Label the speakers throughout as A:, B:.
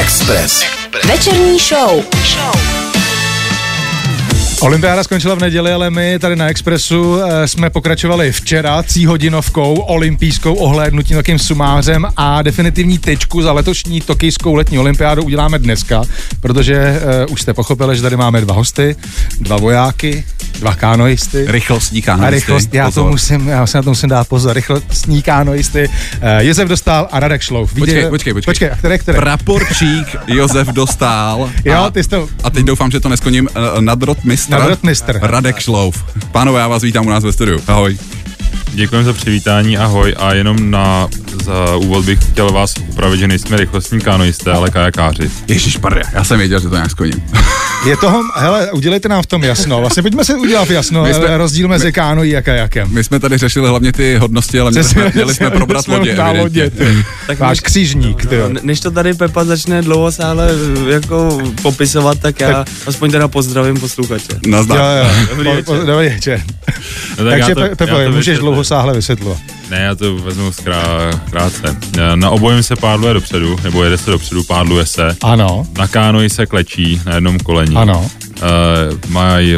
A: Express.
B: Večerní show.
C: Olympiáda skončila v neděli, ale my tady na Expressu eh, jsme pokračovali včera tříhodinovkou olympijskou ohlédnutí takým sumářem a definitivní tečku za letošní tokijskou letní olympiádu uděláme dneska, protože uh, už jste pochopili, že tady máme dva hosty, dva vojáky, dva kánoisty.
A: Rychlost
C: A rychlost, já, to musím, já se na to musím dát pozor, rychlostní kánoisty. Eh, Jezef Dostal a Radek Šlouf. Vítejte-
A: počkej, počkej.
C: Počkej, a které, které?
A: Praporčík Josef dostal.
C: Jo,
A: a,
C: ty jsi to...
A: a teď doufám, že to neskoním uh, nadrot mistra.
C: Nadrotmistr.
A: Radek Šlouf. Pánové, já vás vítám u nás ve studiu. Ahoj.
D: Děkujeme za přivítání, ahoj a jenom na, za úvod bych chtěl vás upravit, že nejsme rychlostní kanoisté, ale kajakáři.
A: Ježíš já jsem věděl, že to nějak skoním.
C: Je toho, hele, udělejte nám v tom jasno. Vlastně pojďme si udělat jasno,
A: My jsme-
C: eh, rozdíl mezi kánoí a kajakem.
A: My jsme tady řešili hlavně ty hodnosti, ale měli jsme, měli jsme probrat
C: jsme
A: lodě.
C: na lodě,
A: evidentně. No,
C: ty.
E: Tak
C: Váš
E: než-
C: křižník, ty jo.
E: Ne- Než to tady Pepa začne dlouho sále jako popisovat, tak já aspoň teda pozdravím posluchače.
A: Nazdar.
C: Jo, jo.
E: Dobrý
C: Po-
E: večer.
C: po- Dobrý večer.
D: No,
C: Takže
D: já to-
C: Pe- Pepo,
D: já to
C: můžeš
D: vysvětlím.
C: dlouho sáhle vysvětlovat.
D: Ne, já to vezmu zkrá, krátce. Eh, Na obojím se pádluje dopředu, nebo jede se dopředu, pádluje se.
C: Ano,
D: Na kánoji se klečí na jednom koleni.
C: ano.
D: Uh, mají,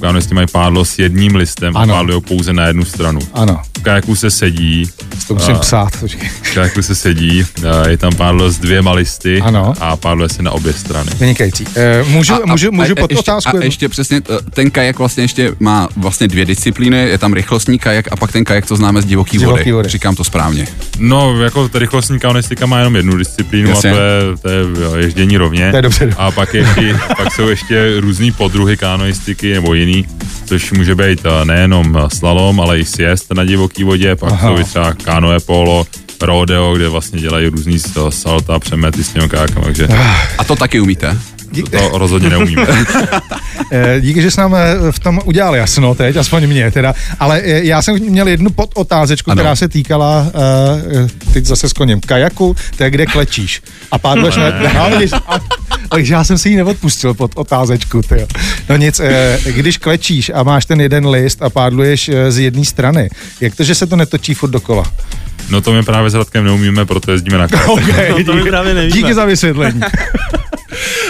D: kánoisti mají pádlo s jedním listem
C: Ano.
D: a pádlujou pouze na jednu stranu.
C: Ano,
D: V kajaku se sedí,
C: to musím
D: A-
C: psát. počkej.
D: v kajaku se sedí, eh, je tam pádlo s dvěma listy
C: Ano.
D: a pádluje se na obě strany.
C: Vynikající. Eh, Můžu, můžu, můžu pod
A: ještě,
C: otázku?
A: A
C: jednu?
A: ještě přesně, eh, ten kajak vlastně ještě má vlastně dvě disciplíny, je tam rychlostní kajak a pak ten kajak, co známe z divoký,
C: divoký
A: vody.
C: vody.
A: Říkám to správně.
D: No, jako ta rychlostní kaunistika má jenom jednu disciplínu
A: Jasně.
D: Jasně. a to je, to je jo, ježdění rovně.
C: To je dobře.
D: A pak, je ještě, pak jsou ještě různý podruhy kanoistiky nebo jiný, což může být eh, nejenom eh, slalom, ale i siest na divoký vodě, pak
C: Aha.
D: Aha. jsou i třeba kanoe polo, rodeo, kde vlastně dělají různý eh, salta, přemety s těmi kákem, takže
C: Ah.
A: A to taky umíte.
D: to rozhodně neumíme.
C: Eh, Díky, že jsi nám eh, v tom udělal jasno teď, aspoň mě teda. Ale eh, já jsem měl jednu podotázečku,
A: Ano.
C: která se týkala, eh, eh, teď zase s koněm, kajaku, to je kde klečíš. A pádleš na... No, vidíš, a, takže já jsem si ji neodpustil pod otázečku, tyjo. No nic, eh, když klečíš a máš ten jeden list a pádluješ eh, z jedné strany, jak to, že se to netočí furt dokola?
D: No to my právě s Radkem neumíme, proto jezdíme
C: No,
D: na kajak.
C: Okay,
E: to my právě nevíme.
C: Díky za vysvětlení.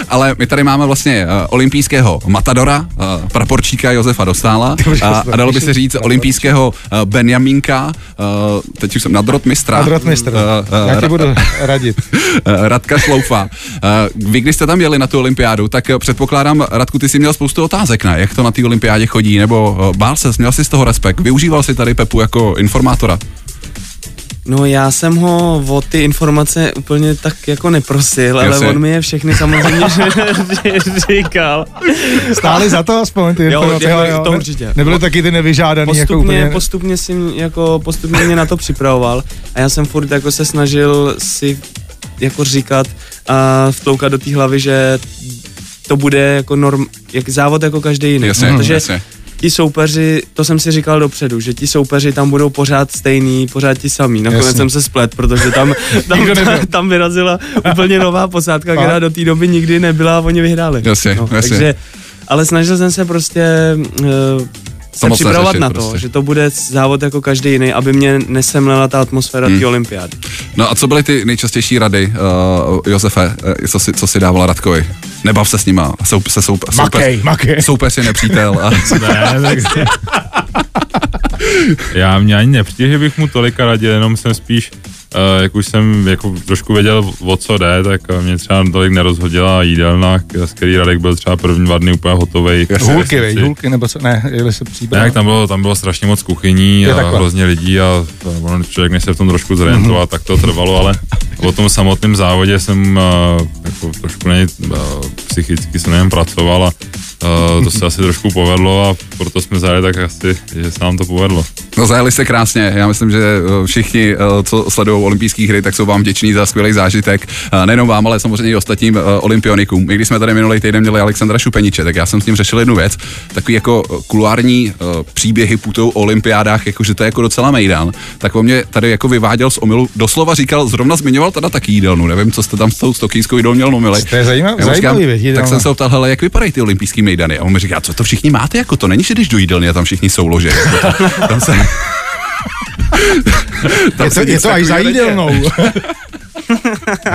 A: Ale my tady máme vlastně uh, olympijského matadora, uh, praporčíka Josefa Dostála
C: už
A: a,
C: jsem
A: a dalo by
C: slyšel.
A: se říct olympijského uh, Benjamínka, uh, teď už jsem nadrot mistra.
C: Adrotmistr,
A: Eh, eh,
C: já ti
A: Ra-
C: budu radit.
A: Eh, Radka Šloufa. Eh, Vy, když jste tam jeli na tu olympiádu, tak eh, předpokládám, Radku, ty jsi měl spoustu otázek, ne? Jak to na té olympiádě chodí, nebo eh, bál ses, měl jsi z toho respekt? Využíval jsi tady Pepu jako informátora?
E: No já jsem ho o ty informace úplně tak jako neprosil, ale
A: Jasně.
E: on mi je všechny samozřejmě říkal.
C: Stály za to aspoň ty informace,
E: jako-
C: ale jo,
E: to
C: ne-
E: určitě.
C: Nebyly taky ty nevyžádaný jako
E: Postupně,
C: úplně...
E: postupně, si mě, jako, postupně mě na to připravoval a já jsem furt jako se snažil si jako říkat a vtloukat do té hlavy, že to bude jako norm, jak závod jako každý jiný.
A: Jasně,
E: protože
A: jasně.
E: ti soupeři, to jsem si říkal dopředu, že ti soupeři tam budou pořád stejný, pořád ti samý. Nakonec
C: Jasně.
E: jsem se splet, protože tam, tam,
C: Nikdo nebyl.
E: tam, tam vyrazila úplně nová posádka,
C: Fakt?
E: která do té doby nikdy nebyla a oni vyhráli. No,
A: Jasně, jasně.
E: Takže, ale snažil jsem se prostě uh, se
A: moc
E: připravovat
A: neřešit
E: na to,
A: prostě.
E: že to bude závod jako každý jiný, aby mě nesemlela ta atmosféra
A: Hmm.
E: té olympiády.
A: No a co byly ty nejčastější rady, uh, Josefe, eh, co si, co si dávala Radkovi? Nebav se s nima, sou, se sou,
C: Makej, makej.
A: soupeř je nepřítel. A,
D: Ne, tak... Já mě ani nepřijde, že bych mu tolika radil, jenom jsem spíš, eh, jak už jsem jako trošku věděl, o co jde, tak eh, mě třeba tolik nerozhodila jídelna, k- z který Radek byl třeba první dva dny úplně hotovej.
C: Hulky, vej, hulky, nebo co, ne, jeli se
D: Ne,
C: příběh.
D: jak tam bylo, tam bylo strašně moc kuchyní
C: Je
D: a
C: takhle. Mhm.
D: hrozně lidí a a ono, člověk než se v tom trošku zorientoval, tak to trvalo, ale o tom samotném závodě jsem eh, jako trošku nej, eh, psychicky jsem nevím, pracoval a eh, to se asi trošku povedlo a proto jsme zajeli tak asi, že se nám to povedlo.
A: No zajeli se krásně, já myslím, že eh, všichni, eh, co sledují olympijské hry, tak jsou vám vděční za skvělý zážitek. Eh, Nejenom vám, ale samozřejmě i ostatním eh, olympionikům. I když jsme tady minulý týden měli Alexandra Šupeniče, tak já jsem s ním řešil jednu věc, takový jako eh, kulární eh, příběhy putou o olympiádách, jakože to je jako docela mejdan, tak on mě tady jako vyváděl z omilu, doslova říkal, zrovna zmiňoval teda taky jídelnu, nevím, co jste tam s tou stokýnskou jídlou měl na omily.
C: To je zajímav-
A: Já mu říkám,
C: zajímavý, věď,
A: Tak
C: jídelna.
A: jsem se ho ptal, hele, jak vypadají ty olympijský mejdany? A on mi říká, co to všichni máte, jako to není, že když do jídelny a tam všichni jsou lože. Jako to, tam se,
C: Je to, je to až za jídelnou.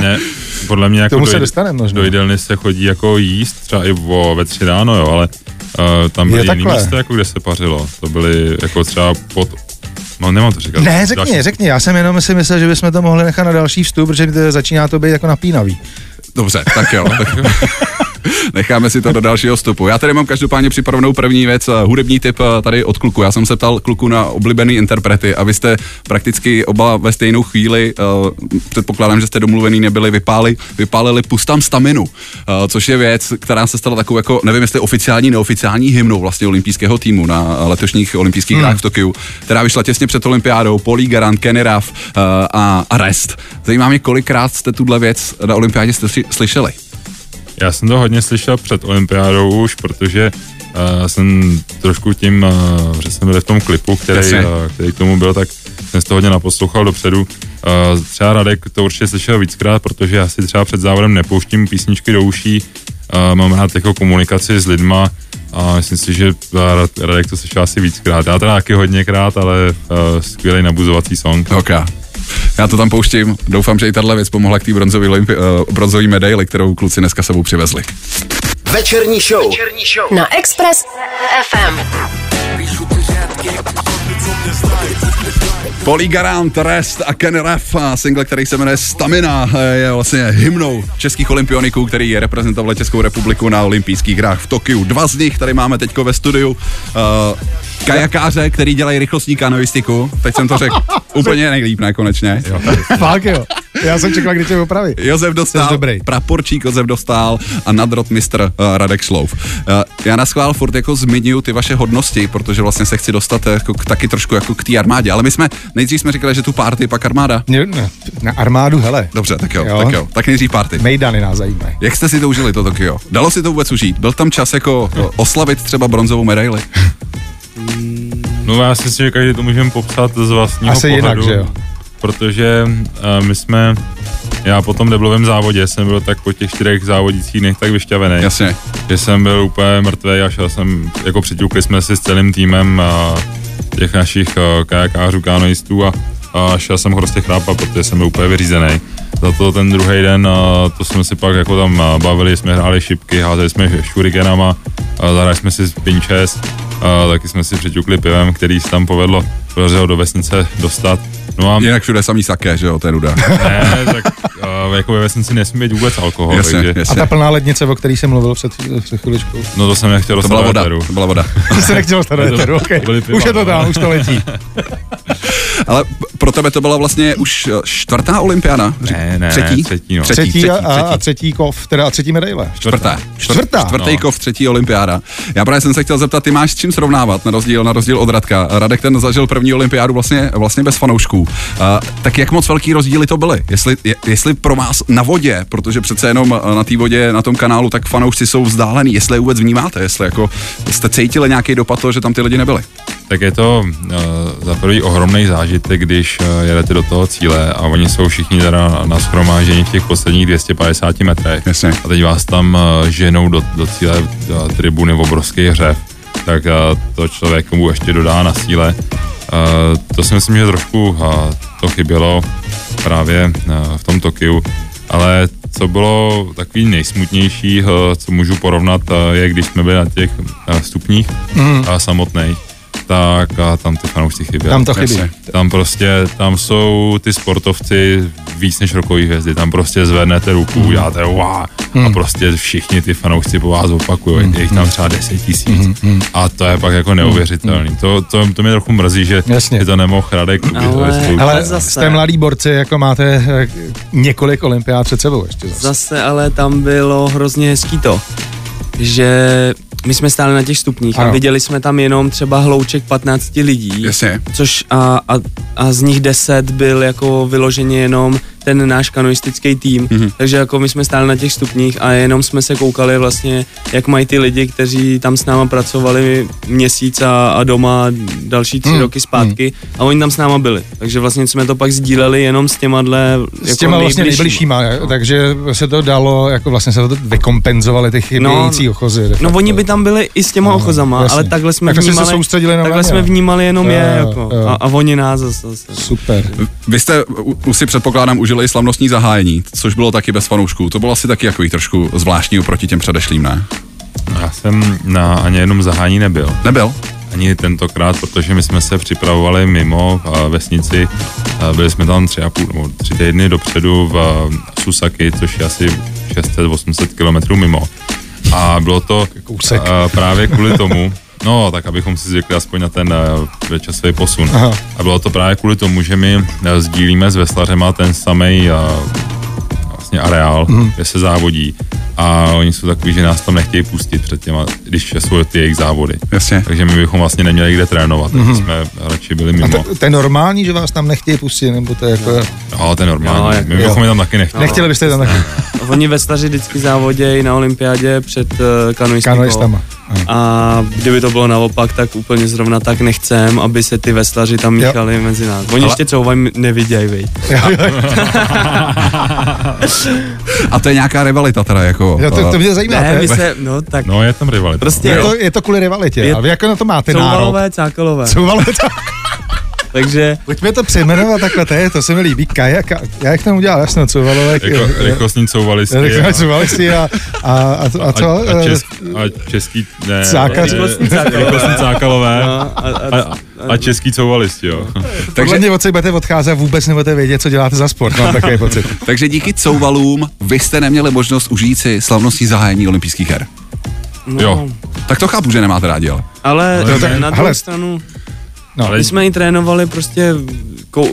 D: Ne, podle mě jako
C: tomu
D: do,
C: se
D: jed-
C: dostaneme možná.
D: do jídelny se chodí jako jíst, třeba i o, ve tři ráno, jo, ale uh, tam
C: Je
D: byly jiný
C: takhle.
D: místa, jako kde se pařilo. To byly jako třeba pod... No, nemám to říkat.
C: Ne, řekni, řekni, já jsem jenom si myslel, že bychom to mohli nechat na další vstup, protože mi to začíná to být jako napínavý.
A: Dobře, tak jo. tak jo. Necháme si to do dalšího vstupu. Já tady mám každopádně připravenou první věc, eh, hudební tip eh, tady od kluku. Já jsem se ptal kluku na oblíbený interprety a vy jste prakticky oba ve stejnou chvíli, eh, předpokládám, že jste domluvený nebyli, vypáli, vypálili Pustam staminu, eh, což je věc, která se stala takovou jako, nevím jestli oficiální, neoficiální hymnou vlastně olympijského týmu na eh, letošních olympijských hrách v Tokiu, která vyšla těsně před olympiádou, Polí Garant, Kenny Raff eh, a Arrest. Zajímá mě, kolikrát jste tuhle věc na olympiádě jste si- slyšeli.
D: Já jsem to hodně slyšel před olympiádou už, protože uh, jsem trošku tím, uh, že jsme byli v tom klipu, který,
A: Jasně.
D: uh, který k tomu byl, tak jsem se to hodně naposlouchal dopředu. Uh, třeba Radek to určitě slyšel víckrát, protože já si třeba před závodem nepouštím písničky do uší, uh, mám rád jako komunikaci s lidma a myslím si, že uh, Rad- Radek to slyšel asi víckrát. Já teda taky hodněkrát, ale uh, skvělý nabuzovací song.
A: Ok. Já to tam pouštím. Doufám, že i tahle věc pomohla k té bronzové olympi- eh, bronzové medaili, kterou kluci dneska sebou přivezli.
B: Večerní show.
F: na Express FM.
A: Polly Garant, Rest a Ken Raff, a single, který se jmenuje Stamina, eh, je vlastně hymnou českých olympioniků, který reprezentovali Českou republiku na olympijských hrách v Tokiu. Dva z nich tady máme teďko ve studiu. Uh, kajakáře, který dělají rychlostní kanoistiku. Teď jsem to řekl úplně nejlíp, ne, konečně.
C: Fakt jo. Já jsem čekal, kdy tě opraví.
A: Josef Dostál,
C: Jsi dobrý.
A: praporčík Josef Dostál a nadrot mistr uh, Radek Šlouf. Uh, já na schvál furt jako zmiňuju ty vaše hodnosti, protože vlastně se chci dostat eh, jako, k, taky trošku jako k té armádě, ale my jsme, nejdřív jsme říkali, že tu party, pak armáda.
C: Mě- ne, Na armádu, hele.
A: Dobře, tak jo,
C: Jo.
A: jo. tak jo, tak nejdřív party.
C: Mejdany nás zajímají.
A: Jak jste si to užili, to Tokio? Dalo si to vůbec užít? Byl tam čas jako eh, oslavit třeba bronzovou medaili?
D: No já si myslím, že každý to můžeme popsat z vlastního
C: Asi
D: pohledu.
C: jinak, že jo?
D: Protože uh, my jsme, já po tom deblovém závodě jsem byl tak po těch čtyřech závodících dnech tak vyšťavený,
A: Jasně.
D: že jsem byl úplně mrtvý a šel jsem, jako přiťukli jsme si s celým týmem uh, těch našich uh, kajakářů, kanoistů a a šel jsem prostě chrápat, protože jsem byl úplně vyřízený. Za to ten druhý den, a to jsme si pak jako tam a, bavili, jsme hráli šipky, házeli jsme šurikenama, a zahráli jsme si pinches, a taky jsme si přiťukli pivem, který se tam povedlo, podařilo do vesnice dostat. No a
A: Jinak všude samý saké, že jo, to je nuda.
D: ne, tak a, jako ve vesnici nesmí být vůbec alkohol,
A: Jasně,
D: takže
C: A
A: jasně.
C: ta plná lednice, o který jsem mluvil před, před chviličkou.
D: no to jsem nechtěl
A: To byla
D: dostat do
A: voda,
D: éteru.
A: to byla voda.
C: To se nechtělo stát do éteru, okay.
D: byly piva,
C: Už je to
D: no.
C: tam, už to letí.
A: Ale p- pro tebe to byla vlastně už eh, čtvrtá olympiáda? Ři-
D: Ne, ne,
A: třetí?
D: ne, třetí, no.
A: třetí,
C: Třetí,
A: třetí,
C: a, a, a
A: třetí.
C: třetí kov, teda a třetí medaile.
A: Čtvrtá.
C: Čtvrtá?
A: Čtvrtý
D: No.
A: kov, třetí olympiáda. Já právě jsem se chtěl zeptat, ty máš s čím srovnávat, na rozdíl, na rozdíl od Radka. Radek ten zažil první olympiádu vlastně, vlastně bez fanoušků. A, tak jak moc velký rozdíly to byly? Jestli, je, jestli pro vás na vodě, protože přece jenom eh, na té vodě, na tom kanálu, tak fanoušci jsou vzdálený, jestli je vůbec vnímáte, jestli jako jste cítili nějaký dopad toho, že tam ty lidi nebyli.
D: Tak je to uh, za prvý ohromný zážitek, když uh, jedete do toho cíle a oni jsou všichni teda na- na schromážení v těch posledních 250 metrech.
A: Jasně.
D: A teď vás tam uh, ženou do, do cíle uh, tribuny v obrovský hřev. Tak uh, to člověk mu ještě dodá na síle. Uh, to si myslím, že trošku uh, to chybělo právě uh, v tom Tokiu. Ale co bylo takový nejsmutnější, uh, co můžu porovnat, uh, je když jsme byli na těch uh, stupních mm. samotných, tak a tam ty fanoušci chyběli.
C: Tam to chybí.
A: Jasně.
D: Tam prostě, tam jsou ty sportovci víc než rokový hvězdy, tam prostě zvednete ruku, uděláte wow a prostě všichni ty fanoušci po vás opakují, je jich tam třeba 10 tisíc a to je pak jako neuvěřitelný. To, to, to mě trochu mrzí, že
C: Jasně.
D: že to nemohl Radek.
E: Ale-
C: Ale
E: Ale zase.
C: jste mladý borci, jako máte eh, několik olympiád před sebou ještě zase.
E: Zase ale tam bylo hrozně hezký to, že my jsme stáli na těch stupních
C: Ano.
E: a viděli jsme tam jenom třeba hlouček 15 lidí,
A: Jasně.
E: což a, a, a z nich 10 byl jako vyloženě jenom ten náš kanoistický tým,
C: Mhm.
E: mm-hmm. takže jako my jsme stáli na těch stupních a jenom jsme se koukali vlastně, jak mají ty lidi, kteří tam s náma pracovali měsíc a, a doma další tři
C: Mm,
E: mm. roky zpátky a oni tam s náma byli, takže vlastně jsme to pak sdíleli jenom s těma dle jako
C: S těma vlastně
E: nejbližšíma.
C: nejbližšíma, no. takže se to dalo, jako vlastně se to vykompenzovali ty chybějící
E: No,
C: ochozy. de
E: No
C: facto.
E: oni by tam byli i s těma
C: No,
E: no, ochozama,
C: jasně.
E: ale takhle jsme
C: Takhle jste se
E: vnímali,
C: soustředili jenom na
E: takhle
C: ně.
E: jsme vnímali jenom
C: Jo,
E: je
C: jo,
E: jako,
C: jo.
E: a, a oni nás zase. zase.
C: Super.
A: Vy jste, u, už si předpokládám, užili i slavnostní zahájení, což bylo taky bez fanoušků. To bylo asi taky jako trošku zvláštní oproti těm předešlým, ne?
D: Já jsem na ani jednom zahání nebyl.
A: Nebyl?
D: Ani tentokrát, protože my jsme se připravovali mimo a, vesnici. A, Byli jsme tam tři a půl nebo tři týdny dopředu v a, Susaki, což je asi 600-800 km mimo. A bylo to
C: Kousek.
D: a, právě kvůli tomu, No, tak abychom si zvykli aspoň na ten eh, časový posun.
C: Aha.
D: Aha. A bylo to právě kvůli tomu, že my eh, sdílíme s Veslařema ten samý vlastně areál, mm. kde se závodí. A oni jsou takový, že nás tam nechtějí pustit před těma, když jsou ty jejich závody.
A: Jasně.
D: Takže my bychom vlastně neměli kde trénovat, mm. takže jsme radši byli
C: Mhm. A
D: mimo.
C: to, to je normální, že vás tam nechtějí pustit, nebo to je jako...
D: No, to je
E: No,
D: normální.
E: jako
D: my bychom
C: jo.
D: je tam taky nechtěli.
C: Nechtěli byste je tam taky
E: Oni ve staři vždycky závodějí na olympiádě před uh, kanoisty.
C: kanoistama.
E: A kdyby to bylo naopak, tak úplně zrovna tak nechcem, aby se ty veslaři tam
C: Jo.
E: míchali mezi nás. Oni
A: Ale-
E: ještě třeba nevidějí, viď?
A: A to je nějaká rivalita teda, jako.
C: Jo, to, to mě zajímá.
E: Ne,
C: to
E: my
C: je-
E: se, no tak, no,
D: No, je tam rivalita.
E: Prostě
C: je,
E: jo.
C: to, je to kvůli rivalitě.
E: Je-
C: A vy jako na to máte nárok?
E: couvalové, cákalové.
C: Couvalové. to-
E: Takže
C: Pojďme to přejmenovat takhle, to, je, to se mi líbí. Kajaka, já jak tam udělal, jasno, couvalové.
D: Jako rychlostní couvalisti.
C: Řekněme, couvali si a, a, a, a co? eh,
D: A, a, česk, a český, ne,
C: Cáka-
D: ne,
E: Rychlostní cákalové.
D: rychlostní cákalové.
E: a, a,
D: A, a český couvalisti, jo.
A: Takže-
C: Takže mě od sebe budete odcházet a vůbec nebudete vědět, co děláte za sport, mám takový pocit.
A: Takže díky couvalům vy jste neměli možnost užít si slavnostní zahájení olympijských her.
E: no,
D: Jo.
A: Tak to chápu, že nemáte rádi, ale.
E: Ale,
D: Ale
E: ale
D: ne.
E: na druhou
C: Ale-
E: stranu,
C: No.
D: Ale
E: my jsme ji trénovali prostě kou,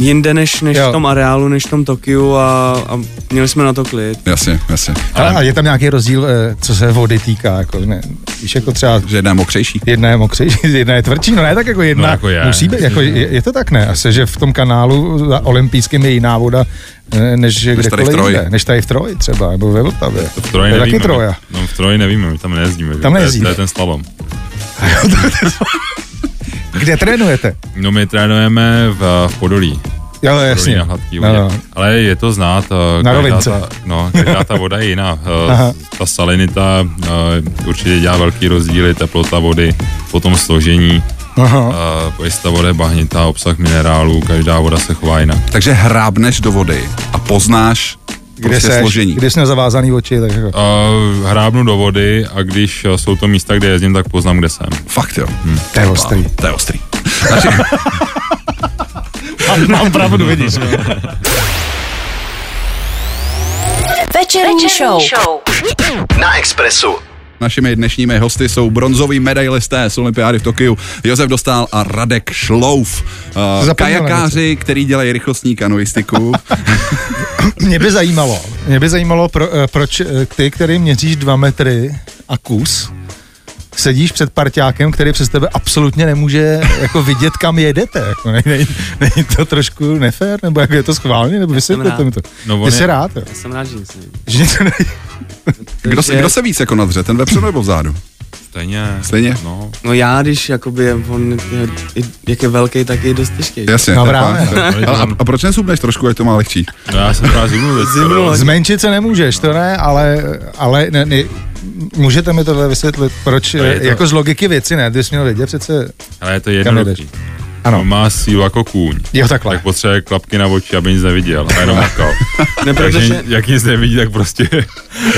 E: jinde než, než
C: Jo.
E: v tom areálu, než v tom Tokiu a, a měli jsme na to klid.
A: Jasně, jasně.
C: Ale a je tam nějaký rozdíl, eh, co se vody týká, jako, ne, víš, jako třeba
A: Že jedna je mokřejší.
C: jedna je mokřejší, jedna je tvrdší, no ne, tak jako jedna
D: No, jako je,
C: musí být,
D: jasně,
C: jako,
D: že
C: je, je, to tak ne, asi, že v tom kanálu za olympijským je jiná voda, eh, než, než
A: tady v
C: kdekoliv
A: Troji.
C: jinde, než tady v Troji třeba, nebo ve Vltavě.
D: V Troji
C: je
D: nevíme.
C: taky Troja.
D: No, v Troji nevíme, my tam nejezdíme. že?
C: Tam
D: To je-
C: nejezdíme.
D: To je ten slalom.
C: Kde trénujete?
D: No my trénujeme v, v Podolí.
C: Jo,
D: Podolí
C: jasně.
D: na hladký
C: No,
D: vodě.
C: no.
D: Ale je to znát. eh,
C: Na
D: každá
C: rovince.
D: ta- No, každá ta voda je jiná. Eh,
C: Aha.
D: ta salinita eh, určitě dělá velký rozdíly, teplota vody, potom složení,
C: Aha.
D: eh, pojista vody, bahnitá, obsah minerálů, každá voda se chová jinak.
A: Takže hrábneš do vody a poznáš
C: Kde
A: prostě
C: seš?
A: složení.
C: Kde jsi na zavázaný oči, tak jako.
D: Uh, hrábnu do vody a když eh, jsou to místa, kde jezdím, tak poznám, kde jsem.
A: Fakt jo.
C: To je ostrý.
A: To je ostrý.
C: Mám pravdu, vidíš.
F: Večerní show.
B: Na Expressu.
A: Našimi dnešními hosty jsou bronzoví medailisté z olympiády v Tokiu Josef Dostál a Radek Šlouf. Eh,
C: Zapomněl
A: Kajakáři, který dělají rychlostní kanoistiku.
C: Mě by zajímalo, mě by zajímalo, pro, eh, proč eh, ty, který měříš dva metry a kus, sedíš před parťákem, který přes tebe absolutně nemůže jako vidět, kam jedete. Jako, ne, ne, není to trošku nefér, nebo jak je to schválně, nebo vysvětlete
E: rád.
C: mi to.
D: No, on
C: Ty
D: je-
C: jsi rád, jo?
E: Já jsem rád, že nic nevím.
C: že něco neví.
A: Kdo, se-
E: Takže-
A: kdo se víc jako nadře, ten vepředu nebo vzadu?
D: Stejně.
A: Stejně?
D: No,
E: No já, když jakoby, on, je, jak je velký, tak je dost těžký.
A: Jasně.
C: No,
A: to je
C: právě.
A: fakt. Ale a, a proč nesubneš trošku, ať to má lehčí?
D: no já jsem právě zimnul teď.
E: Zimnul.
C: Zmenšit se nemůžeš, to ne, ale, ale ne, ne, můžete mi tohle vysvětlit, proč,
D: je
C: eh,
D: to-
C: jako z logiky věci, ne, ty jsi měl vědět přece,
D: Ale je to
C: jdeš?
D: jednoduchý.
C: ano,
D: On má sílu jako kůň.
C: jo takhle.
D: Tak potřebuje klapky na oči, aby nic neviděl. A jenom makal.
E: Ne,
D: Takže
E: protože,
D: jak nic nevidí, tak prostě,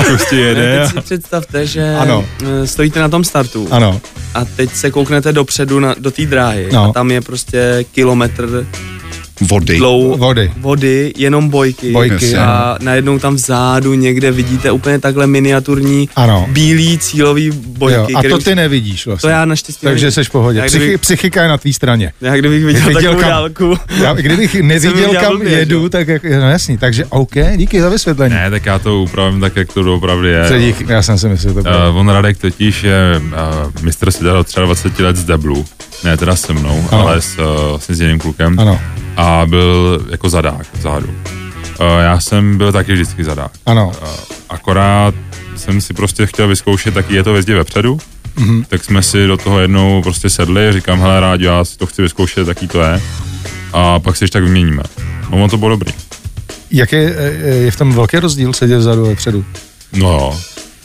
D: prostě jede.
E: ne,
D: a-
E: teď si představte, že
C: Ano.
E: eh, stojíte na tom startu
C: Ano,
E: a teď se kouknete dopředu na, do té dráhy
C: No.
E: a tam je prostě kilometr
A: Vody.
E: dlou
C: vody.
E: vody, jenom bojky.
C: Bojky, ano.
E: A najednou tam vzadu někde vidíte úplně takhle miniaturní
C: Ano.
E: bílý cílový bojky.
C: jo, a
E: který
C: to
E: už-
C: ty nevidíš vlastně.
E: to já naštěstí
C: Takže
E: nevím.
C: jsi v pohodě.
E: Já
C: Psychi,
E: kdybych,
C: Psychika je na tvý straně.
E: já kdybych viděl,
C: Viděl
E: takovou
C: kam.
E: dálku.
C: Já, kdybych neviděl,
E: udělal
C: kam
E: blbě,
C: jedu,
E: že?
C: tak jak, no jasný. Takže OK, díky za vysvětlení.
D: Ne, tak já to upravím tak, jak to doopravdy je.
C: Co díky, já jsem si myslel, že to bylo.
D: Uh, on Radek totiž je uh, mistr světa do 23 let z Deblu. Ne teda se mnou,
C: Ano.
D: ano. ale s, uh, vlastně s jiným klukem.
C: Ano.
D: A byl jako zadák vzadu. Uh, já jsem byl taky vždycky zadák.
C: Ano,
D: Uh, akorát jsem si prostě chtěl vyzkoušet, taky je to vězdě vepředu.
C: Mhm.
D: Mm-hmm. Tak jsme si do toho jednou prostě sedli, říkám, hele rádi, já si to chci vyzkoušet, taký to je. A pak si ještě tak vyměníme. No, on to bylo dobrý.
C: jak je, eh, je v tom velký rozdíl sedět vzadu a vepředu?
D: No jo.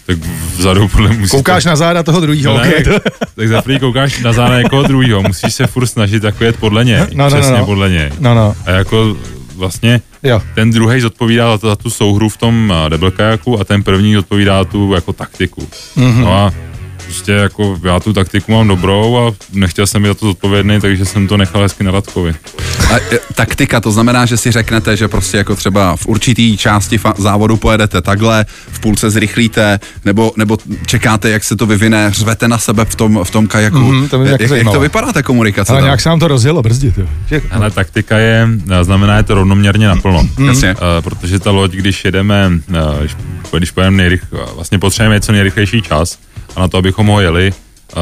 D: Tak vzadu podle musíš...
C: Koukáš na záda toho druhého,
D: Ne,
C: OK.
D: tak- tak za první koukáš na záda někoho druhého, musíš se furt snažit jako jet podle něj,
C: No, no, no,
D: přesně
C: no.
D: podle něj.
C: No, no,
D: A jako vlastně
C: Jo.
D: ten druhý zodpovídá za, za tu souhru v tom eh, double kajaku a ten první zodpovídá tu jako taktiku. Mm-hmm. No a prostě jako já tu taktiku mám dobrou a nechtěl jsem být za to zodpovědný, takže jsem to nechal hezky na Radkovi.
A: A, e, taktika, to znamená, že si řeknete, že prostě jako třeba v určitý části fa- závodu pojedete takhle, v půlce zrychlíte, nebo, nebo čekáte, jak se to vyvine, řvete na sebe v tom, v tom kajaku. E,
C: Mhm, to by mě
A: jak,
C: taky
A: jak to
C: zajímalo.
A: vypadá ta komunikace?
C: Ale
A: tam?
C: nějak se nám to rozjelo brzdit, jo. Že-
D: Ale taktika je, eh, znamená je to rovnoměrně naplno.
C: Mhm.
A: Jasně.
D: Eh, protože ta loď, když jedeme, eh, když, když pojedeme nejrych, eh, vlastně potřebujeme co nejrychlejší čas a na to, abychom ho jeli,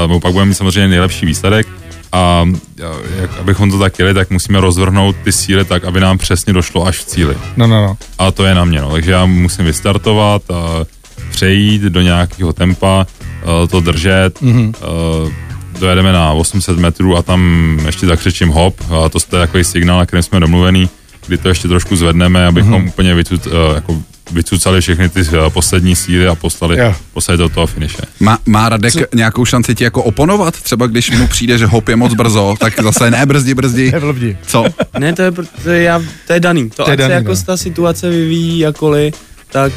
D: eh, bo pak budeme mít samozřejmě nejlepší výsledek a eh, jak, abychom to tak jeli, tak musíme rozvrhnout ty síly tak, aby nám přesně došlo až v cíli.
C: No, no, no.
D: A to je na mě, no. takže já musím vystartovat a přejít do nějakého tempa, eh, to držet,
C: Mhm.
D: mm-hmm. dojedeme na 800 metrů a tam ještě zakřičím hop, a to je takový signál, na kterém jsme domluvený, kdy to ještě trošku zvedneme, abychom
C: Mhm.
D: mm-hmm. úplně vycuc, eh, jako vycucali všechny ty eh, poslední síly a poslali,
C: Jo.
D: yeah. poslali to do toho finiše.
A: Má, má Radek nějakou šanci ti jako oponovat? Třeba když mu přijde, že hop je moc brzo, tak zase ne, brzdi, brzdi.
C: Nevlbdi.
A: Co?
E: Ne, to je, pro- to je, já, to je daný. To,
C: To je
E: jak
C: daný,
E: se jako
C: no.
E: no. ta situace vyvíjí jakoli, tak,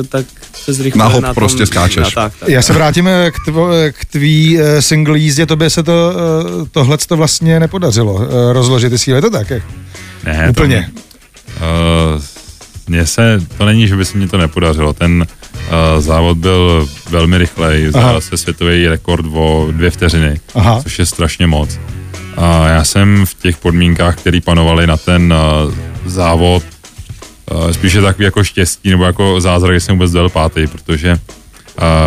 E: eh, tak se zrychluje.
A: Na hop
E: tom-
A: prostě skáčeš.
E: Na, tak, tak.
C: Já se vrátím eh, k, tvo, eh, k tvý eh, single jízdě, tobě se to, tohle to vlastně nepodařilo eh, rozložit ty síly, je to tak? jak-
D: Ne, to-
C: Úplně.
D: Uh, mně se, to není, že by se mi to nepodařilo. Ten uh, závod byl velmi rychlej,
C: Aha.
D: zdal se světový rekord o dvě vteřiny,
C: Aha.
D: což je strašně moc. A já jsem v těch podmínkách, které panovaly na ten uh, závod, uh, spíše takový jako štěstí, nebo jako zázrak, že jsem vůbec dojel pátý, protože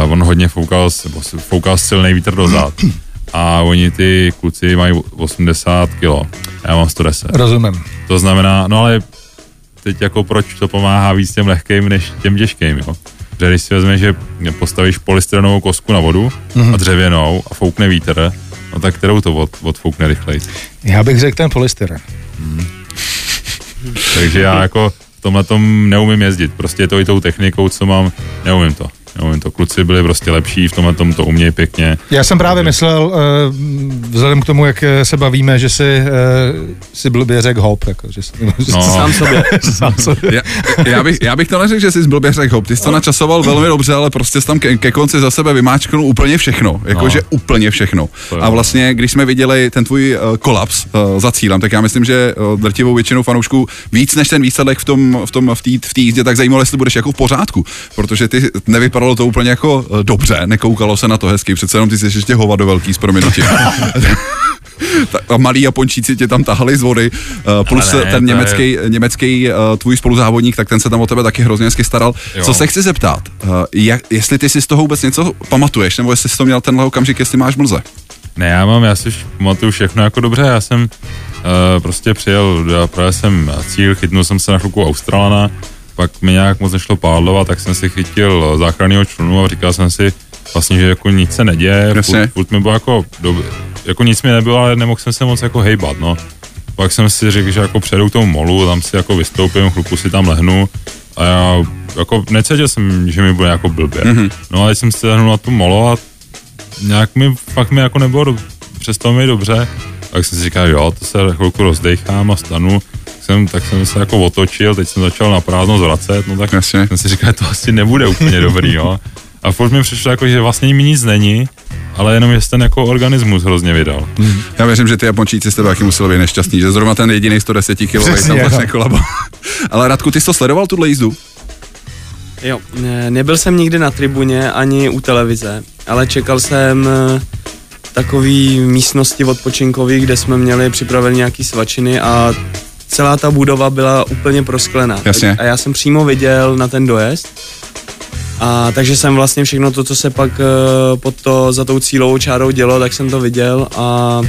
D: uh, on hodně foukal, s- nebo s- foukal silný vítr dozad. A oni ty kluci mají 80 kg, já mám 110.
C: Rozumím.
D: To znamená, no ale teď jako proč to pomáhá víc těm lehkým než těm těžkým, jo? Že když si vezmeš, že postavíš polystyrenovou kosku na vodu mm-hmm. a dřevěnou a foukne vítr, no tak kterou to od, odfoukne rychleji.
C: Já bych řekl ten polystyren.
D: Takže já jako v tomhle tom neumím jezdit. Prostě to i tou technikou, co mám, neumím to. Neumím to. Kluci byli prostě lepší, v tomhle tom to umějí pěkně.
C: Já jsem právě myslel, eh, vzhledem k tomu, jak eh, se bavíme, že si, eh, si blbě řekl hop, jako, že si,
D: No,
E: Sám sobě.
C: sám sobě.
A: Já, já, bych, já bych to neřekl, že jsi blbě řekl hop. Ty jsi to načasoval velmi dobře, ale prostě jsi tam ke, ke konci za sebe vymáčknul úplně všechno. Jakože no. úplně všechno.
D: To jo.
A: A vlastně, když jsme viděli ten tvůj uh, kolaps uh, za cílem, tak já myslím, že uh, drtivou většinu fanoušků víc než ten výsledek v tom, v tom v té v té jízdě, tak zajímalo, jestli budeš jako v pořádku. Protože ty nevypadalo to úplně jako uh, dobře, nekoukalo se na to hezky. Přece jenom ty jsi ještě hovado velký s proměnutím. Ta, a malí Japončíci tě tam tahali z vody, uh, plus
D: Ale
A: ne,
D: ne,
A: ten
D: to je-
A: německý německý uh, tvůj spoluzávodník, tak ten se tam o tebe taky hrozně hezky staral. Jo.
D: Jo.
A: Co se chci zeptat, uh, jak, jestli ty si z toho vůbec něco pamatuješ, nebo jestli jsi to měl tenhle okamžik, jestli máš mlze.
D: Ne, já mám, já si vš- pamatuju všechno jako dobře, já jsem uh, prostě přijel, já právě jsem na cíl, chytnul jsem se na chvilku Australana, pak mi nějak moc nešlo pádlovat, tak jsem si chytil eh, záchranného člunu a říkal jsem si vlastně, že jako nic se neděje,
A: Jasně.
D: furt, furt mi bylo jako, dob- jako nic mi nebylo, ale nemohl jsem se moc jako hejbat, no. Pak jsem si řekl, že jako přejdu k tomu molu, tam si jako vystoupím, chlupu si tam lehnu a já jako necítil jsem, že mi bude jako blbě. Mm-hmm. No a když jsem si lehnul na tu molo a nějak mi, fakt mi jako nebylo, dob- přestalo mi dobře, tak jsem si říkal, jo, to se chvilku rozdechám a stanu, Tak jsem, tak jsem se jako otočil, teď jsem začal na prázdno zvracet, no tak
A: Jasně.
D: jsem si říkal, to asi nebude úplně dobrý, jo. A furt mi přišlo jako, že vlastně mi nic není, ale jenom jestli ten jako organismus hrozně vydal.
A: Já věřím, že ty Japončíci z tebe taky museli být nešťastný, že zrovna ten jediný 110 kg
C: Přesně,
A: tam
C: jo.
A: vlastně kolabo. Ale Radku, ty jsi to sledoval, tuhle jízdu?
E: Jo, ne, nebyl jsem nikdy na tribuně ani u televize, ale čekal jsem eh, takový místnosti odpočinkový, kde jsme měli připraveny nějaký svačiny a celá ta budova byla úplně prosklená.
A: Jasně.
E: A já jsem přímo viděl na ten dojezd. A takže jsem vlastně všechno to, co se pak eh, pod to, za tou cílovou čárou dělo, tak jsem to viděl a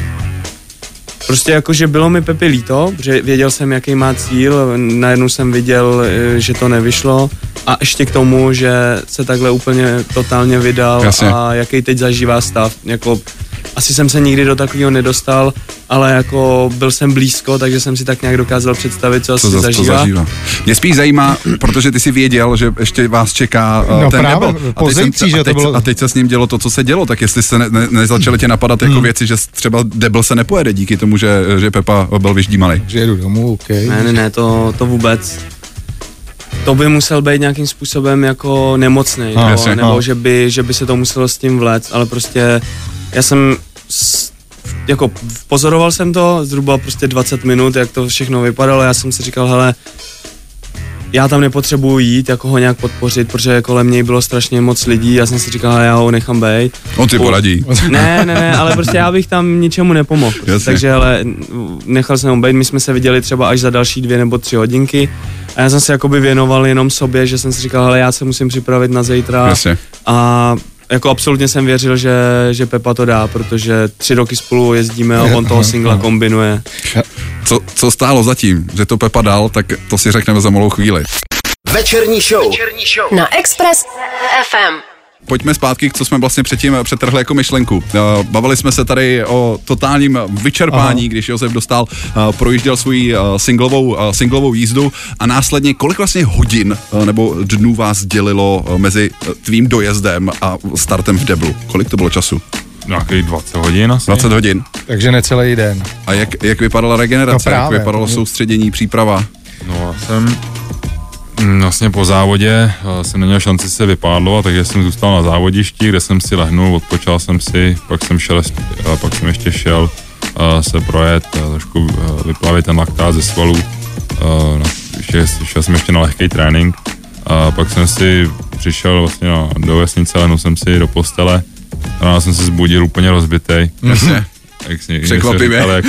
E: Prostě jako, že bylo mi Pepi líto, že věděl jsem, jaký má cíl, najednou jsem viděl, eh, že to nevyšlo a ještě k tomu, že se takhle úplně totálně vydal
A: Jasně.
E: a jaký teď zažívá stav, jako Asi jsem se nikdy do takového nedostal, ale jako byl jsem blízko, takže jsem si tak nějak dokázal představit, co,
A: Co
E: asi
A: za, to
E: zažívá.
A: zažívá. Mě spíš zajímá, protože ty si věděl, že ještě vás čeká uh,
C: No
A: ten
C: právě,
A: nebo. A teď,
C: pozejcí,
A: jsem-
C: že
A: a,
C: to
A: teď,
C: bylo-
A: a teď se s ním dělo to, co se dělo, tak jestli se ne, ne, nezačaly tě napadat
C: Hmm.
A: jako věci, že s- třeba debil se nepojede díky tomu, že, že Pepa byl vyždímaný.
C: Že jedu domů, OK.
E: Ne, ne, ne, to, to vůbec. To by musel být nějakým způsobem jako nemocný,
C: A,
E: nebo,
A: jasně,
E: nebo
C: a.
E: že, by, že by se to muselo s tím vléct, ale prostě já jsem s, jako pozoroval jsem to zhruba prostě 20 minut, jak to všechno vypadalo, já jsem si říkal, hele, já tam nepotřebuju jít, jako ho nějak podpořit, protože kolem něj bylo strašně moc lidí, já jsem si říkal, hele, já ho nechám být,
A: On ti
E: Po-
A: poradí.
E: ne, ne, ne, ale prostě já bych tam ničemu nepomohl.
A: Jasně.
E: Prostě. Takže ale nechal jsem ho být, my jsme se viděli třeba až za další dvě nebo tři hodinky a já jsem se jakoby věnoval jenom sobě, že jsem si říkal, hele, já se musím připravit na zítra
A: Jasně.
E: a jako absolutně jsem věřil, že, že Pepa to dá, protože tři roky spolu jezdíme a on toho singla kombinuje.
A: Co, co stálo zatím, že to Pepa dal, tak to si řekneme za malou chvíli.
B: Večerní show. Večerní show.
F: Na Express FM.
A: Pojďme zpátky, co jsme vlastně předtím eh, přetrhli jako myšlenku. Eh, Bavili jsme se tady o totálním vyčerpání, Aha. když Josef dostal, eh, projížděl svoji eh, singlovou, eh, singlovou jízdu a následně kolik vlastně hodin eh, nebo dnů vás dělilo eh, mezi eh, tvým dojezdem a startem v Deblu? Kolik to bylo času?
D: Nějakých 20 hodin asi.
A: 20 hodin.
C: Takže necelý den.
A: A jak, jak vypadala regenerace?
C: No
A: jak
C: právě.
A: vypadalo soustředění, příprava?
D: No já jsem mm, vlastně po závodě eh, jsem neměl šanci se vypádlovat, takže jsem zůstal na závodišti, kde jsem si lehnul, odpočal jsem si, pak jsem, šel, jest- eh, pak jsem ještě šel eh, se projet, eh, trošku eh, vyplavit ten laktát ze svalů. Eh, na- Šel, šel jsem ještě na lehký trénink, a pak jsem si přišel vlastně na, do vesnice, lehnul jsem si do postele, no a já jsem se zbudil úplně rozbitej.
C: Hm.
A: Jasně.
D: Jak si, jak se
A: Hmm. Překvapivě.
D: říkal, jak,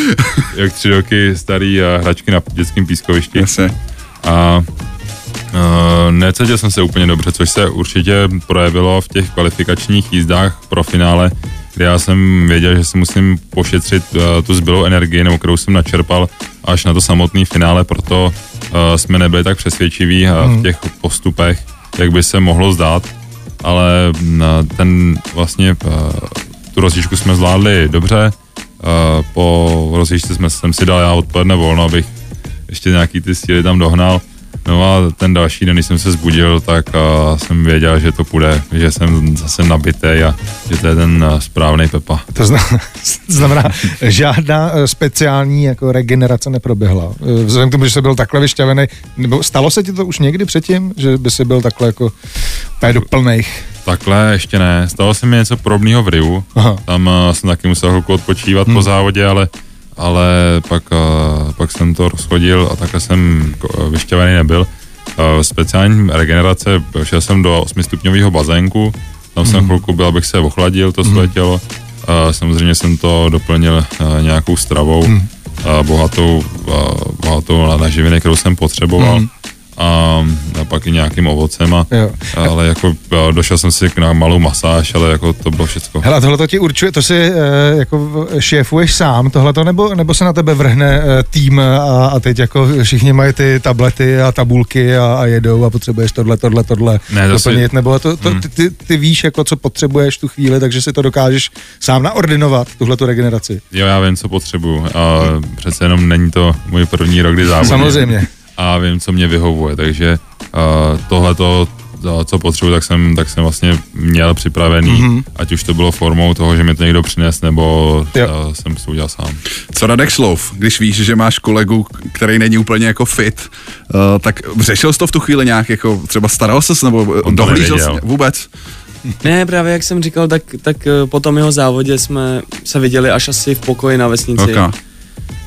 D: jak tři roky starý eh, hračky na dětském pískovišti
A: Jasně.
D: a Uh, necítil jsem se úplně dobře, což se určitě projevilo v těch kvalifikačních jízdách pro finále, kde já jsem věděl, že si musím pošetřit uh, tu zbylou energii, nebo kterou jsem načerpal až na to samotné finále, proto uh, jsme nebyli tak přesvědčiví uh, v těch postupech, jak by se mohlo zdát ale mm, ten vlastně eh, tu rozjížďku jsme zvládli dobře. Eh, Po rozjížďce jsme, jsem si dal já odpoledne volno, abych ještě nějaký ty síly tam dohnal. No a ten další den, když jsem se zbudil, tak eh, jsem věděl, že to půjde, že jsem zase nabitej a že to je ten eh, správný Pepa.
C: To znamená, znamená žádná eh, speciální jako regenerace neproběhla. Eh, Vzhledem k tomu, že jsi byl takhle vyšťavený, nebo stalo se ti to už někdy předtím, že by si byl takhle jako tady do plných?
D: Takhle ještě ne. Stalo se mi něco podobného v Riu.
C: Aha.
D: Tam uh, jsem taky musel chvilku odpočívat hmm. po závodě, ale, ale pak, uh, pak jsem to rozchodil a takhle jsem ko- vyšťavený nebyl. Uh, speciální regenerace, šel jsem do 8-stupňového bazénku, tam jsem chvilku byl, abych se ochladil, to sletělo. Uh, samozřejmě jsem to doplnil uh, nějakou stravou, hmm. uh, bohatou, uh, bohatou na- na živiny, kterou jsem potřeboval. A, a pak i nějakým ovocem a,
C: Jo.
D: ale jako eh, došel jsem si k- na malou masáž, ale jako to bylo všecko.
C: Hele, tohle to ti určuje, to si eh, jako v- šéfuješ sám tohleto, nebo, nebo se na tebe vrhne eh, tým a, a teď jako všichni mají ty tablety a tabulky a, a jedou a potřebuješ tohle, tohle, tohle
D: Ne, to si-
C: doplnit, nebo to,
A: Hmm.
C: to, ty, ty, ty víš jako co potřebuješ tu chvíli, takže si to dokážeš sám naordinovat, tuhle tu regeneraci.
D: Jo, já vím, co potřebuju. A přece jenom není to můj první rok, kdy závodím.
C: Samozřejmě.
D: A vím, co mě vyhovuje, takže tohle to, co potřebuji, tak jsem, tak jsem vlastně měl připravený,
C: Mhm.
D: mm-hmm. ať už to bylo formou toho, že mi to někdo přines, nebo
C: Jo.
D: eh, jsem si to udělal sám.
A: Co Radek Slov, když víš, že máš kolegu, který není úplně jako fit, eh, tak řešil jsi to v tu chvíli nějak, jako třeba staral ses nebo eh,
D: to
A: dohlížel jsi
D: nevěděl.
A: vůbec?
E: Ne, právě jak jsem říkal, tak, tak eh, po tom jeho závodě jsme se viděli až asi v pokoji na vesnici.
A: Okay.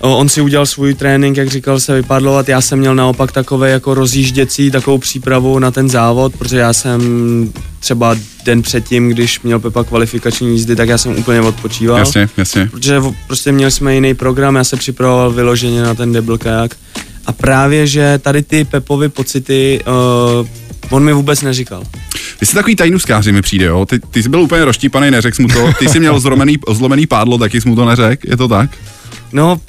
E: O, On si udělal svůj trénink, jak říkal, se vypadlovat. Já jsem měl naopak takové jako rozjížděcí takovou přípravu na ten závod, protože já jsem třeba den předtím, když měl Pepa kvalifikační jízdy, tak já jsem úplně odpočíval.
A: Jasně, jasně.
E: Protože v- prostě měli jsme jiný program, já se připravoval vyloženě na ten debil kajak. A právě, že tady ty Pepovy pocity, uh, on mi vůbec neříkal.
A: Vy jste takový tajnuskáři mi přijde, jo? Ty, ty jsi byl úplně roštípaný, neřekl jsi mu to. Ty jsi měl zlomený, zlomený pádlo, taky jsi mu to neřekl, je to tak?
E: No,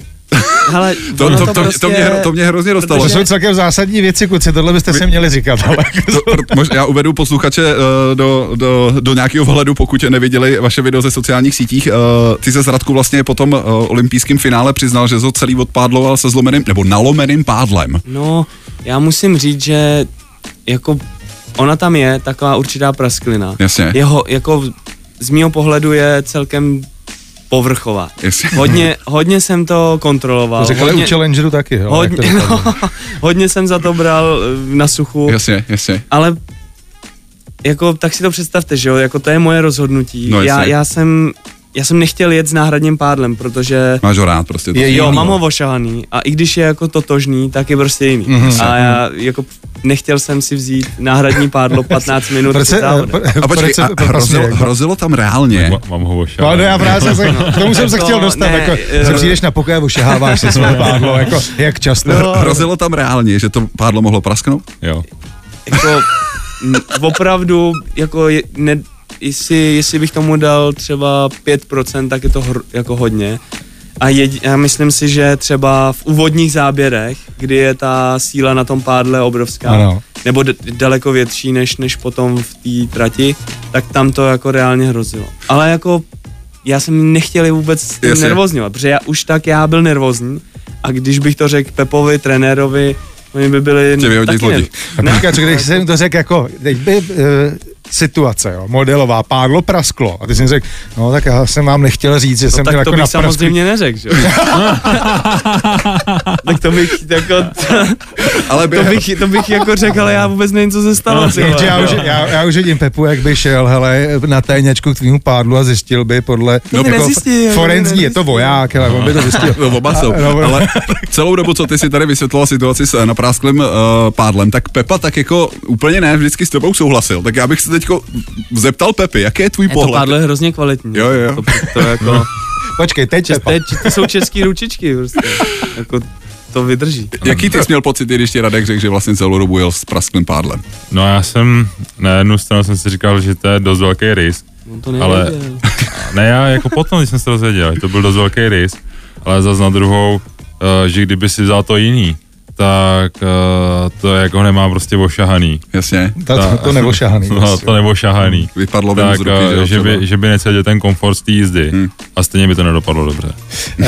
E: Hele,
A: To,
E: ono prostě-
A: to, to, to, mě- to, mě, hro- to mě hrozně dostalo.
C: To jsou celkem zásadní věci, kuci, tohle byste si měli říkat, ale jako
A: To, pr- mož- já uvedu posluchače eh, do, do, do nějakého vhledu, pokud neviděli vaše video ze sociálních sítích. Eh, Ty se Radku vlastně po tom eh, olympijském finále přiznal, že to celý odpádloval se zlomeným nebo nalomeným pádlem.
E: No, já musím říct, že jako ona tam je taková určitá prasklina.
A: Jasně.
E: Jeho, jako v- z mýho pohledu je celkem povrchová.
A: Jasně.
E: Hodně, hodně jsem to kontroloval.
C: říkali
E: hodně,
C: u Challengeru taky, jo. jak to
E: hodně,
C: dopadlo.
E: no, hodně jsem za to bral eh, na suchu,
A: Jasně, jasně.
E: ale jako tak si to představte, že jo, jako to je moje rozhodnutí.
A: No,
E: já,
A: jasně.
E: já, jsem, já jsem nechtěl jet s náhradním pádlem, protože
A: Máš ho rád prostě. To
C: Je
A: si-
E: Jo,
C: jiný.
E: mám ho ošahaný a i když je jako totožný, tak je prostě jiný.
C: Mhm.
E: Mm-hmm. A já jako nechtěl jsem si vzít náhradní pádlo 15
A: No,
E: minut
C: Proč se, eh,
E: před
C: a,
E: závodem.
A: a počkej,
C: proč se-
A: a hrozilo,
C: prostě-
A: hrozilo tam reálně.
D: Ma- Mám ho
C: No,
D: ošel.
C: no, já právě se, k tomu jsem se
E: To
C: chtěl dostat,
E: ne,
C: jako,
E: eh,
C: že přijdeš na pokoje, ošeháváš se své pádlo, jako, jak často.
E: No.
A: Hrozilo tam reálně, že to pádlo mohlo prasknout?
D: Jo.
E: Jako, m, opravdu, jako je, ne, jestli, jestli bych tomu dal třeba 5%, tak je to hr, jako hodně. A jedi, já myslím si, že třeba v úvodních záběrech, kdy je ta síla na tom pádle obrovská,
C: Ano.
E: nebo d- daleko větší než, než potom v té trati, tak tam to jako reálně hrozilo. Ale jako já jsem nechtěl je vůbec s tím
A: Jasně.
E: nervozňovat, protože já už tak já byl nervózní a když bych to řekl Pepovi, trenérovi, oni by byli
A: Tě vyhodí
E: taky
A: z lodi.
E: ner-
C: A počkej, co když jsem to řekl jako, teď by e, situace, jo, modelová, pádlo prasklo. A ty jsi mi řekl, no tak já jsem vám nechtěl říct, že jsem
E: No tak
C: měl
E: to
C: jako
E: bych
C: na
E: samozřejmě neřekl, že? jo? tak to bych, jako,
A: Ale
E: to
A: během,
E: bych, to bych jako řekl, ale já vůbec nevím, co se stalo. ty
C: Takže
E: vole.
C: No, já, už, já, já už vidím Pepu, jak by šel hele, na tajňačku k tvýmu pádlu a zjistil by podle jako
E: No, by nezjistil,
C: forenzní,
E: by
C: je to
E: nezjistil.
C: voják, ale on by to zjistil.
A: No, oba jsou.
C: A- no,
A: ale celou dobu, co ty si tady vysvětloval situaci s eh, naprásklým uh, pádlem, tak Pepa tak jako úplně ne, vždycky s tebou souhlasil. Tak já bych se teďko zeptal Pepy, jaký je tvůj
E: Je to
A: pohled?
E: pádlo je hrozně kvalitní.
A: Jo, jo, jo.
E: To, to jako,
C: Počkej, teď
E: čes,
C: Pepa.
E: teď, to jsou český ručičky prostě. Jako, to vydrží.
A: Jaký ty jsi měl pocit, když ti Radek řekl, že vlastně celou dobu jel s prasklým pádlem?
D: No já jsem, na jednu stranu jsem si říkal, že to je dost velký risk.
E: On No to nejde.
D: Ale-
E: Ale...
D: Ne, já jako potom, když jsem se dozvěděl, že to byl dost velký risk, ale zas na druhou, eh, že kdyby si vzal to jiný, tak eh, to jako nemá prostě ošahaný.
A: Jasně.
C: Ta, to, prostě. to nebylo šahaný.
D: No, to nebo šahaný.
A: Vypadlo by mu
D: Tak,
A: z ruky,
D: eh,
A: že, jo,
D: že,
A: třeba. Hmm.
D: by, že by necítil ten komfort z té jízdy a stejně by to nedopadlo dobře.
C: Eh,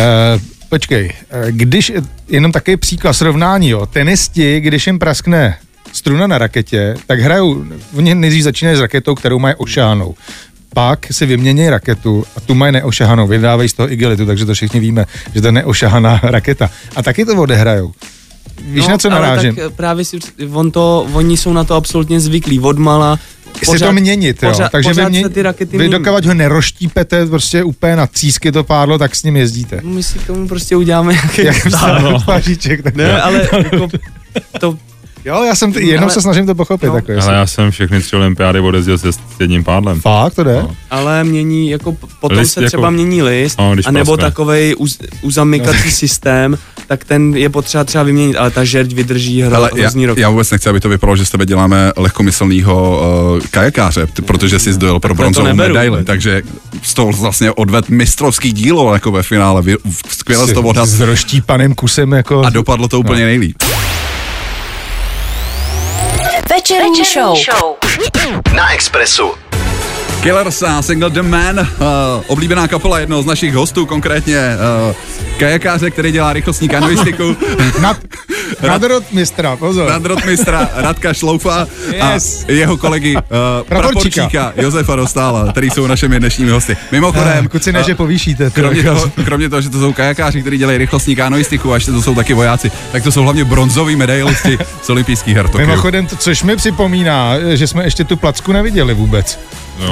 C: počkej, eh, když, jenom takový příklad srovnání, jo. Tenisti, když jim praskne struna na raketě, tak hrajou, oni nejdřív začínají s raketou, kterou mají ošánou. Pak si vymění raketu a tu mají neošahanou, vydávají z toho igelitu, takže to všichni víme, že to je neošahaná raketa. A taky to odehrajou. Víš, na co
E: ale
C: narážím?
E: Tak eh, právě si, on to, oni jsou na to absolutně zvyklí, odmala.
C: se to měnit, jo.
E: Pořád,
C: Takže
E: pořád
C: vy, mě,
E: se ty rakety
C: vy
E: mění.
C: dokavať ho neroštípete, prostě úplně na třísky to pádlo, tak s ním jezdíte.
E: My si k tomu prostě uděláme nějaký
C: Jak
E: vztah.
C: vstáhnout paříček, tak
E: Ne, ale jako, to,
C: Jo, já jsem, t- jenom
E: Ale-
C: se snažím to pochopit. No,
E: no.
C: jako,
D: Ale
C: jestli...
D: já jsem všechny tři olympiády odezdil se s jedním pádlem.
C: Fakt, to jde?
D: No.
E: ale mění, jako p- potom
D: List
E: se
D: jako-
E: třeba mění list,
D: No, když
E: a nebo
D: praskne.
E: takovej uz, uzamykací
C: No.
E: systém, tak ten je potřeba třeba vyměnit, ale ta žerť vydrží hro,
A: Hele, já,
E: hrozný rok.
A: já vůbec nechci, aby to vypadalo, že z tebe děláme lehkomyslného uh, kajakáře, t- protože jsi dojel pro
E: Takhle to
A: bronzovou
E: neberu.
A: medaili, takže z toho vlastně odved mistrovský dílo jako ve finále, vy, v- skvěle jsi to odhad
C: S roštípaným kusem, jako...
A: a dopadlo to úplně nejlíp.
F: Večerní show.
B: Na Expressu.
A: Killers a single The Man, uh, oblíbená kapela jednoho z našich hostů, konkrétně uh, kajakáře, který dělá rychlostní kanoistiku,
C: Nad, nadrod mistra, pozor. Nad...
A: nadrotmistra Radka Šloufa
C: Yes.
A: a jeho kolegy uh,
C: Praporčíka.
A: praporčíka Josefa Dostála, který jsou našimi dnešními hosty. Mimochodem,
C: Kuci, Ah, ne,
A: eh,
C: že povýšíte. to
A: Kromě
C: jako-
A: toho, kromě toho, že to jsou kajakáři, kteří dělají rychlostní kanoistiku a ještě to jsou taky vojáci, tak to jsou hlavně bronzoví medailisti z olympijských her. Tokiu.
C: Mimochodem, to, což mi připomíná, že jsme ještě tu placku neviděli vůbec.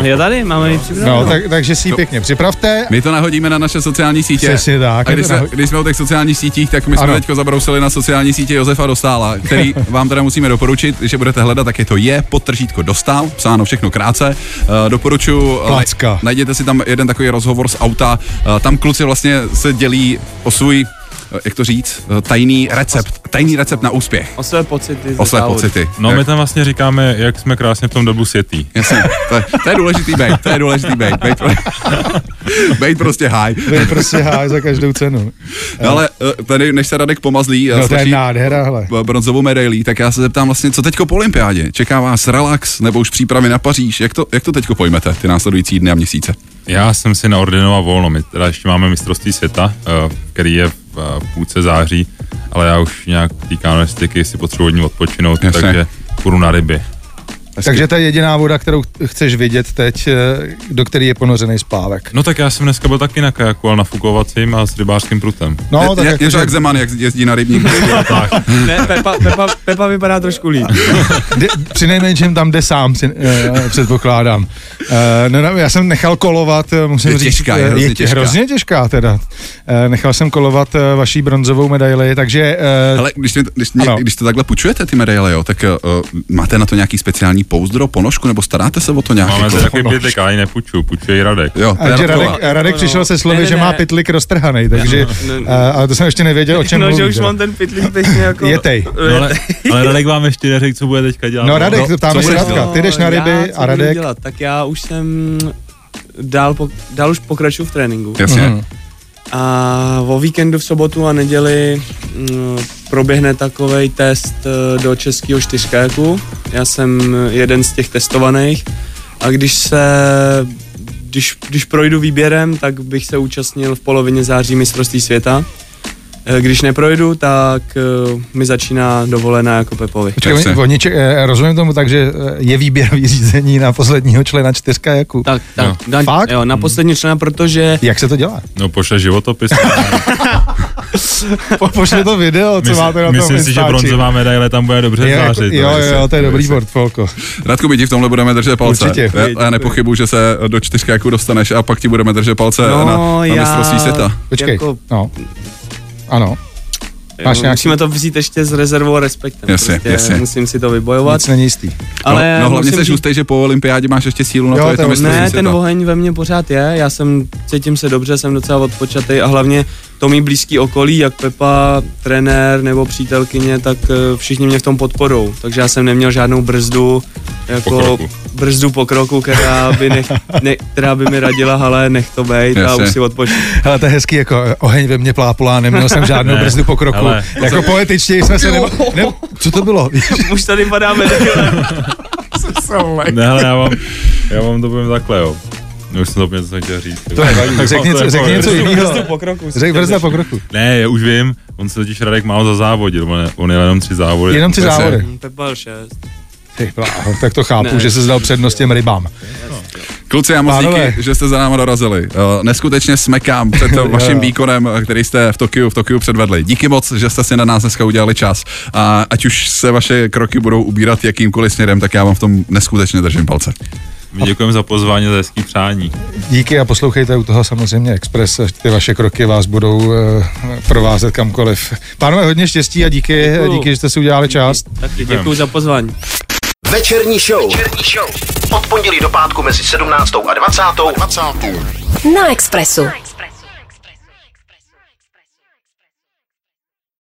E: Je tady, máme ji připravenou.
C: No, tak, takže si ji pěkně připravte.
A: My to nahodíme na naše sociální sítě.
C: Přesně tak.
A: A když
C: Je to
A: jsme,
C: naho-
A: když jsme o těch sociálních sítích, tak my jsme
C: Ano.
A: teďko zabrousili na sociální sítě Josefa Dostála, který vám teda musíme doporučit, že budete hledat, tak je to je, podtržítko Dostál, psáno všechno krátce. Uh, doporučuji,
C: Placka.
A: Eh, najděte si tam jeden takový rozhovor z auta, uh, tam kluci vlastně se dělí o svůj eh, jak to říct, eh, tajný recept, tajný recept na úspěch.
E: O své pocity. ze
A: O své
E: závodu.
A: pocity.
D: No,
A: Tak.
D: my tam vlastně říkáme, jak jsme krásně v tom dobu světý.
A: Jasně, to, je- to je důležitý bejt, to je důležitý bejt, bejt, pro, bejt prostě high.
C: To je prostě háj za každou cenu.
A: No, ale eh, tady, než se Vlastně- Radek pomazlí,
C: No, to je
A: slyší
C: nádhera, hele.
A: b- bronzovou medailí, tak já se zeptám vlastně, co teďko po olympiádě? Čeká vás relax nebo už přípravy na Paříž? Jak to, jak to teďko pojmete, ty následující dny a měsíce?
D: Já jsem si naordinoval volno, my teda ještě máme mistrovství světa, eh, který je v eh, půlce září, ale já už nějak týká nestiky, si potřebuji od ní odpočinout,
A: Jasně.
D: Jasně. takže půjdu na ryby.
C: Takže to je jediná voda, kterou chceš vidět teď, eh, do který je ponořený spávek.
D: No tak já jsem dneska byl taky na kajaku, ale na fukovacím a s rybářským prutem.
C: No,
A: No,
C: tak
A: je,
C: jako,
A: je to
C: že,
A: jak Zeman, jak jezdí na rybník.
D: tak,
E: Ne, Pepa, Pepa, Pepa vypadá trošku líp.
C: de, při nejmenším tam jde sám, při, eh, předpokládám. Eh, no, no, já jsem nechal kolovat, eh, musím
A: Je
C: říct,
A: těžká, je
C: eh,
A: hrozně
C: tě-
A: těžká.
C: hrozně těžká teda. Eh, nechal jsem kolovat eh, vaší bronzovou medaili, takže eh,
A: Ale když, mi to- když, mě,
C: Ano.
A: když to takhle půjčujete ty medaile, jo, tak uh, máte na to nějaký speciální pouzdro, ponožku, nebo staráte se o to nějak?
D: máme
A: jako?
D: zde takový pětek, já ji nepůjču, půjčuje ji Radek.
A: Jo, to je
C: takže
A: Radková.
C: Radek, Radek
E: No,
C: přišel se slovy,
E: ne, ne,
C: že má
E: ne.
C: pytlík roztrhaný, takže,
E: Ne, ne.
C: eh, ale to jsem ještě nevěděl, o čem
E: no,
C: mluvíš.
E: že už
C: jo.
E: mám ten pitlík pěkně jako...
C: Jetej.
D: No, ale, ale Radek vám ještě neřekl, co bude teďka dělat.
C: No Radek,
A: co
C: ptáme se
A: budeš
C: Radka,
E: No,
C: ty jdeš na ryby
E: já,
C: a
E: co budu
C: Radek...
E: Dělat? Tak já už jsem dál, po, dál už pokračuju v tréninku.
A: Jasně.
C: Mhm.
E: A o víkendu v sobotu a neděli mm, proběhne takový test eh, do českého čtyřkáku. Já jsem jeden z těch testovaných. A když se když, když projdu výběrem, tak bych se účastnil v polovině září mistrovství světa. Eh, Když neprojdu, tak eh, mi začíná dovolená jako Pepovi.
C: Počkej,
A: Jasně.
C: oni- oni ček- eh, rozumím tomu tak, že eh, je výběrový řízení na posledního člena čtyřka jaku.
E: Tak, tak. No. Na,
C: Fakt?
E: jo, na poslední člena, protože
C: Jak se to dělá?
D: No pošle životopis.
C: Po, pošli to video, co máte na tom
D: myslím si, že
C: Instači.
D: bronzová medaile tam bude dobře
C: Je jako-
D: zářit.
C: Jo,
D: no,
C: jo, jo, to je dobrý portfolko.
A: Radku, my ti v tomhle budeme držet palce.
C: Určitě.
A: já, já nepochybuji, že se do čtyřkáku dostaneš a pak ti budeme držet palce
E: No,
A: na, na
E: já-
A: mistrovství světa.
C: Počkej,
E: Jako-
C: no. Ano, Máš
E: jo,
C: nějaký-
E: musíme to vzít ještě s rezervou a respektem.
A: Jasně,
E: prostě
A: jasně.
E: musím si to vybojovat.
C: nic není jistý.
E: Ale
A: no, no hlavně
E: musím
A: jsi hustý, že po olympiádě máš ještě sílu na
C: Jo,
A: to, je
C: to-
A: to mistrovství
E: Ne,
A: světa.
E: ten oheň ve mně pořád je, já jsem, cítím se dobře, jsem docela odpočatý a hlavně to mý blízký okolí, jak Pepa, trenér nebo přítelkyně, tak eh, všichni mě v tom podporou, takže já jsem neměl žádnou brzdu, jako
D: Pokroku.
E: brzdu pokroku, která by, nech, ne, která by mi radila, ale nech to bejt a
A: Jasně.
E: už si odpočít.
C: Ale to je hezký, jako eh, oheň ve mně plápolá, neměl jsem žádnou
D: Ne,
C: brzdu pokroku.
D: ale-
C: Jako poetičně jsme se nebo... Ne, co to bylo?
E: Už tady padáme jako- medikilem.
D: Ne, hele, já vám, já vám to povím takhle, jo. No, už jsem to úplně, co jsem chtěl říct.
C: To nevadí, tak řekni
D: No,
C: něco-
D: to je
C: řekni
D: pohodě.
C: něco jiného.
E: pokroku.
C: Řek brzda pokroku.
D: Ne, já už vím, on se totiž Radek málo zazávodil, on, je- on jel jenom tři závody.
C: Jenom tři
A: Jasně.
C: závody.
E: Pepa 6.
C: Ty bláho, tak to chápu,
E: Ne.
C: že se zdal přednost těm rybám.
A: Kluci, já moc
C: Pánové.
A: díky, že jste za náma dorazili. Eh, Neskutečně smekám před eh, vaším výkonem, eh, který jste v Tokiu, v Tokiu předvedli. Díky moc, že jste si na nás dneska udělali čas. A ať už se vaše kroky budou ubírat jakýmkoliv směrem, tak já vám v tom neskutečně držím palce.
D: My děkujeme za pozvání, za hezký přání.
C: Díky a poslouchejte u toho samozřejmě Express, až ty vaše kroky vás budou eh, provázet kamkoliv. Pánové, hodně štěstí a díky,
E: Děkuju.
C: díky že jste si udělali část.
E: Taky děkuji za pozvání.
B: Večerní show. Večerní show. Od pondělí do pátku mezi 17. a 20. 20.
F: Na Expressu.